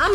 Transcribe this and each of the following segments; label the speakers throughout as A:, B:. A: I'm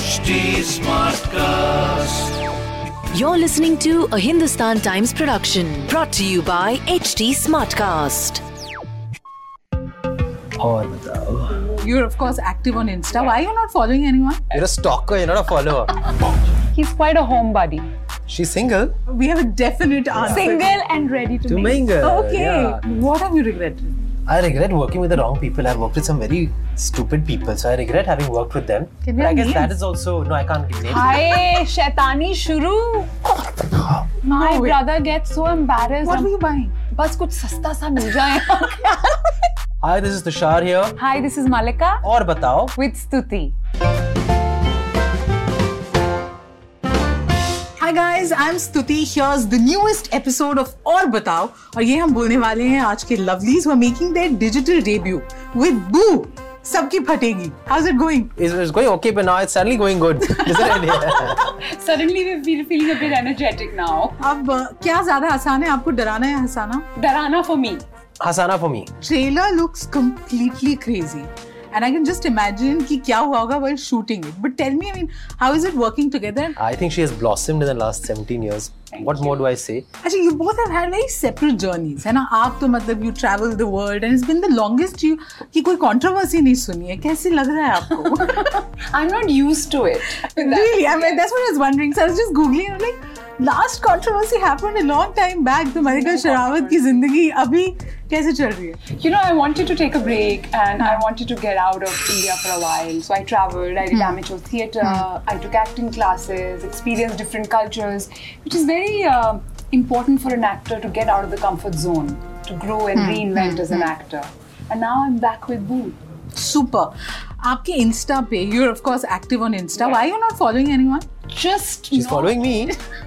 B: HD Smartcast.
C: You're listening to a Hindustan Times production brought to you by HT Smartcast.
D: और बताओ
E: You're of course active on Insta. Why are you not following anyone?
D: You're a stalker, you're not a follower.
F: He's quite a homebody.
D: She's single.
E: We have a definite answer.
F: Single and ready to
D: To
F: mingle.
D: mingle.
E: Okay.
D: Yeah.
E: What have you regretted?
D: I regret working with the wrong people. I've worked with some very stupid people, so I regret having worked with them.
E: Can we
D: but I
E: have
D: guess that
E: names?
D: is also no. I can't give names.
F: Hi, Shaitani Shuru. My
E: wait.
F: brother gets so embarrassed.
E: What were you buying?
F: बस कुछ सस्ता सा मिल जाए.
D: Hi, this is Tushar here.
F: Hi, this is Malika
D: और बताओ
F: with Stuti.
E: Hi guys, I'm Stuti. Here's the newest episode of और बताओ और ये हम बोलने वाले हैं आज के lovelies who are making their digital debut with Boo. सबकी फटेगी. How's it going?
D: it's, it's going okay, but now it's suddenly going good, isn't it?
F: Suddenly we feel feeling a bit energetic now.
E: अब अ, क्या ज्यादा आसान है आपको डराना या हंसाना?
F: Darana for me.
D: Hasana for me.
E: Trailer looks completely crazy. And I can just imagine कि क्या हुआ होगा while shooting it. But tell me, I mean, how is it working together?
D: I think she has blossomed in the last 17 years. what more do I say?
E: Actually, you both have had very separate journeys, है ना? आप तो मतलब you travel the world and it's been the longest you कि कोई controversy नहीं सुनी है. कैसे लग रहा है आपको?
F: I'm not used to it.
E: really? I mean, that's what I was wondering. So I was just googling. I'm like, last controversy happened a long time back. तो मलिका शरावत की जिंदगी अभी कैसे चल रही है?
F: You know, I wanted to take a break and I wanted to get out of India for a while. So I traveled, I did
D: Hmm.
F: amateur theatre, I took acting classes, experienced different cultures, which is very uh, important for an actor to get out of the comfort zone, to grow and
D: Hmm.
F: reinvent as an actor. And now I'm back with Boo.
E: Super. आपके Insta पे, you're of course active on Insta. Why are you not following anyone?
F: Just
D: She's
F: not-
D: following me.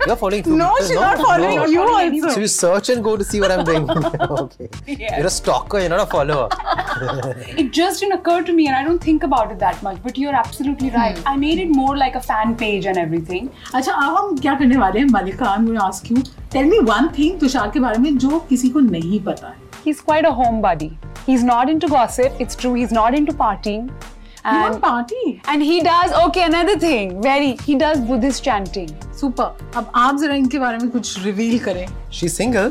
D: You're following two
E: No,
D: people.
E: she's not following
D: no.
E: you
F: Following
E: also.
D: So you search and go to see what I'm doing. okay. You're a stalker, you're not a follower.
F: it just didn't occur to me, and I don't think about it that much. But you're absolutely right.
D: Hmm.
F: I made it more like a fan page and everything.
E: अच्छा अब हम क्या करने वाले हैं Malika I am going to ask you tell me one thing Tushar के बारे में जो किसी को नहीं पता है
F: He's quite a homebody. He's not into gossip. It's true. He's not into partying.
E: One
F: And,
E: Uh, party
F: and he does, okay, another thing, very, he does Buddhist chanting.
E: Super अब आप जरा इनके बारे में कुछ रिवील करें
D: She's single.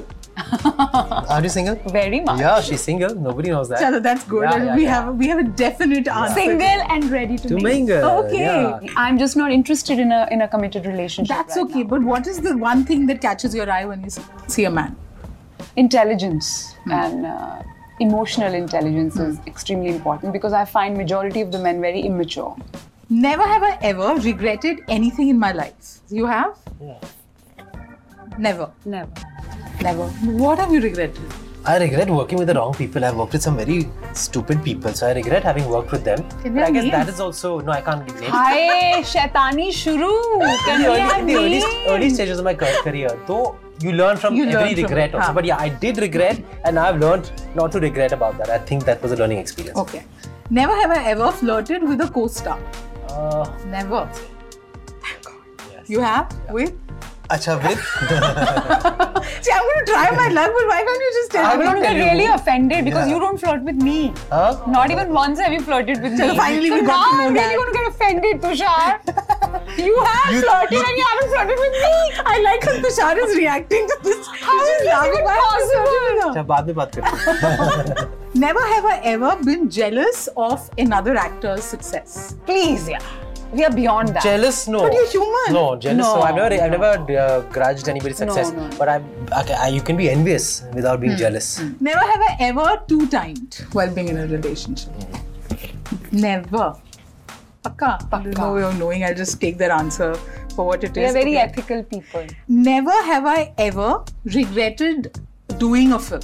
D: Are you single?
F: Very much.
D: Yeah, she's single. Nobody knows that.
E: चलो that's good
D: Yeah, yeah,
E: we
D: yeah.
E: Have we have a definite answer
F: Single and ready to,
D: To
F: mingle.
D: mingle.
E: Okay.
D: Yeah.
F: I'm just not interested in a, in a committed relationship.
E: That's
F: right
E: okay,
F: now.
E: but what is the one thing that catches your eye when you s- see a man?
F: Intelligence and uh, emotional intelligence is extremely important because I find majority of the men very immature.
E: Never have I ever regretted anything in my life. You have? Never.
F: Never.
E: Never. What have you regretted?
D: I regret working with the wrong people. I've worked with some very stupid people, so I regret having worked with them.
E: Can we
D: But I
E: have
D: guess that
E: names?
D: is also no. I can't give names.
F: Hi, Shaitani Shuru. Can
D: In the
F: we
D: early,
F: have
D: in the early,
F: names?
D: early stages of my car- career, though, you learn from
E: You learn
D: every
E: from-
D: regret also.
E: हाँ.
D: But yeah, I did regret, and I've learned not to regret about that. I think that was a learning experience.
E: Okay. Never have I ever flirted with a co-star.
D: Uh,
E: Never. You have? With?
D: acha, with
E: See, I'm going to try my luck, but why can't you just tell
D: I
E: me?
D: will
F: Everyone get
D: tell you.
F: really offended because
D: Yeah.
F: you don't flirt with me.
D: huh?
F: Not even once have you flirted with
E: Chalo,
F: me.
E: finally
F: so
E: we got
F: now
E: to know
F: I'm
E: that.
F: really going to get offended, Tushar. you have flirted and you haven't flirted with me.
E: I like how Tushar is reacting to this. How
F: is this even
D: अच्छा, बाद में बात करते हैं.
E: Never have I ever been jealous of another actor's success.
F: Please, yeah. We are beyond that.
D: Jealous? No.
E: But you're human.
D: No, jealous. No,
F: No,
D: I've never, I've never uh, grudged anybody's success.
F: no, no.
D: But I'm, okay, I, you can be envious without being
E: Hmm.
D: jealous.
E: Never have I ever two-timed while being in a relationship. Never. Pakka. There's no way of knowing. I'll just take their answer for what it is.
F: we are very
E: Okay.
F: ethical people.
E: Never have I ever regretted doing a film.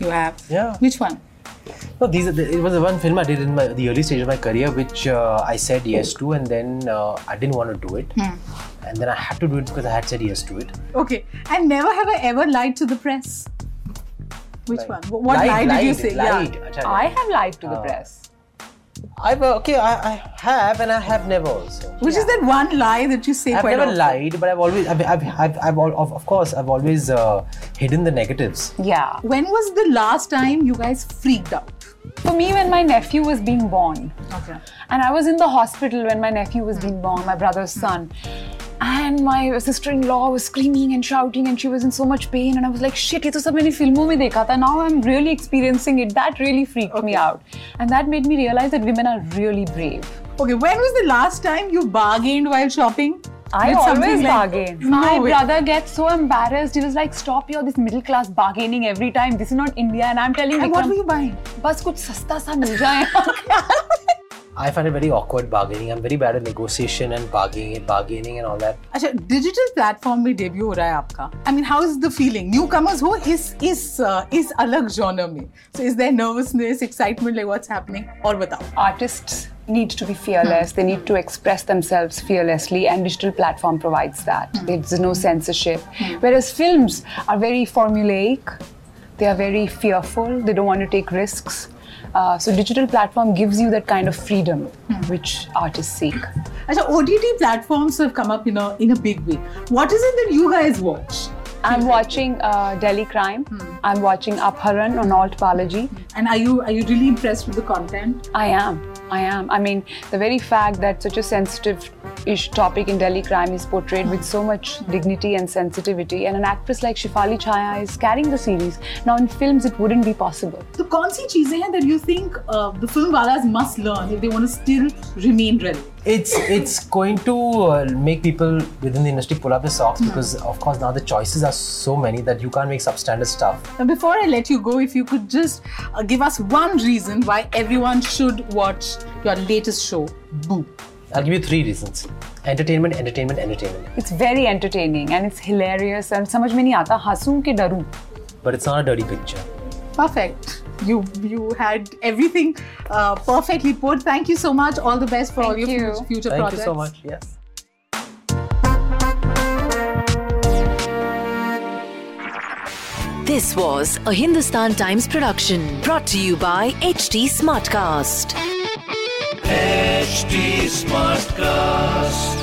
E: You have.
D: Yeah.
E: Which one?
D: No, these are the, it was the one film I did in my the early stage of my career, which uh, I said yes to, and then uh, I didn't want to do it,
E: Hmm.
D: and then I had to do it because I had said yes to it.
E: Okay. And never have I ever lied to the press. Which
D: Lied.
E: one? Wh- What
D: Lied,
E: lie did you
D: lied,
E: say?
D: lied,
E: Yeah.
D: Acharya.
F: I have lied to
E: Oh.
F: the
D: Uh,
F: press.
D: I've uh, okay, I, I have and I have never also.
E: Which is that one lie that you say
D: I've
E: quite
D: never
E: often.
D: lied, but I've always, I've, I've, I've, I've al- of, of course, I've always uh, hidden the negatives.
F: Yeah.
E: When was the last time you guys freaked out?
F: For me, when my nephew was being born,
E: Okay.
F: and I was in the hospital when my nephew was being born, my brother's son. And my sister-in-law was screaming and shouting, and she was in so much pain. And I was like, "Shit, ये तो सब मैंने फिल्मों में देखा था. Now I'm really experiencing it. That really freaked me out, and that made me realize that women are really brave.
E: Okay, when was the last time you bargained while shopping?
F: I
E: Did something
F: always
E: like-
F: bargain.
E: No
F: My
E: way.
F: brother gets so embarrassed. He was like, "Stop your this middle class bargaining every time. This is not India." And I'm telling
E: And what
F: Vikram,
E: were you buying?
F: बस कुछ सस्ता सा मिल जाए
D: I find it very awkward bargaining. I'm very bad at negotiation and bargaining, bargaining and all that.
E: अच्छा digital platform में debut हो रहा है आपका I mean how is the feeling newcomers हो इस इस uh, इस अलग जॉनर में so is there nervousness excitement like what's happening और बताओ
F: artists need to be fearless. They need to express themselves fearlessly, and digital platform provides that. There's no censorship. Whereas films are very formulaic. They are very fearful. They don't want to take risks. Uh, so digital platform gives you that kind of freedom, which artists seek.
E: अच्छा OTT platforms have come up in a in a big way. What is it that you guys watch?
F: I'm watching uh, Delhi Crime. I'm watching Apharan on Alt Biology.
E: And are you are you really impressed with the content?
F: I am. I am. I mean, the very fact that such a sensitive ish topic in Delhi crime is portrayed with so much dignity and sensitivity, and an actress like Shifali Chaya is carrying the series. Now, in films, it wouldn't be possible.
E: तो कौन सी चीजें हैं that you think uh, the film वालास must learn if they want to still remain relevant?
D: It's it's going to uh, make people within the industry pull up their socks because, of course, now the choices are so many that you can't make substandard stuff.
E: Now, before I let you go, if you could just uh, give us one reason why everyone should watch your latest show, Boo.
D: I'll give you three reasons: entertainment, entertainment, entertainment.
F: It's very entertaining and it's hilarious. And समझ में नहीं आता हंसूं कि डरूं.
D: But it's not a dirty picture.
E: Perfect. You you had everything uh, perfectly put. Thank you so much. All the best for all your
F: Thank you.
E: future, future
D: Thank
E: projects.
D: you so much. Yes.
C: This was a Hindustan Times production brought to you by HD Smartcast.
B: HD Smartcast.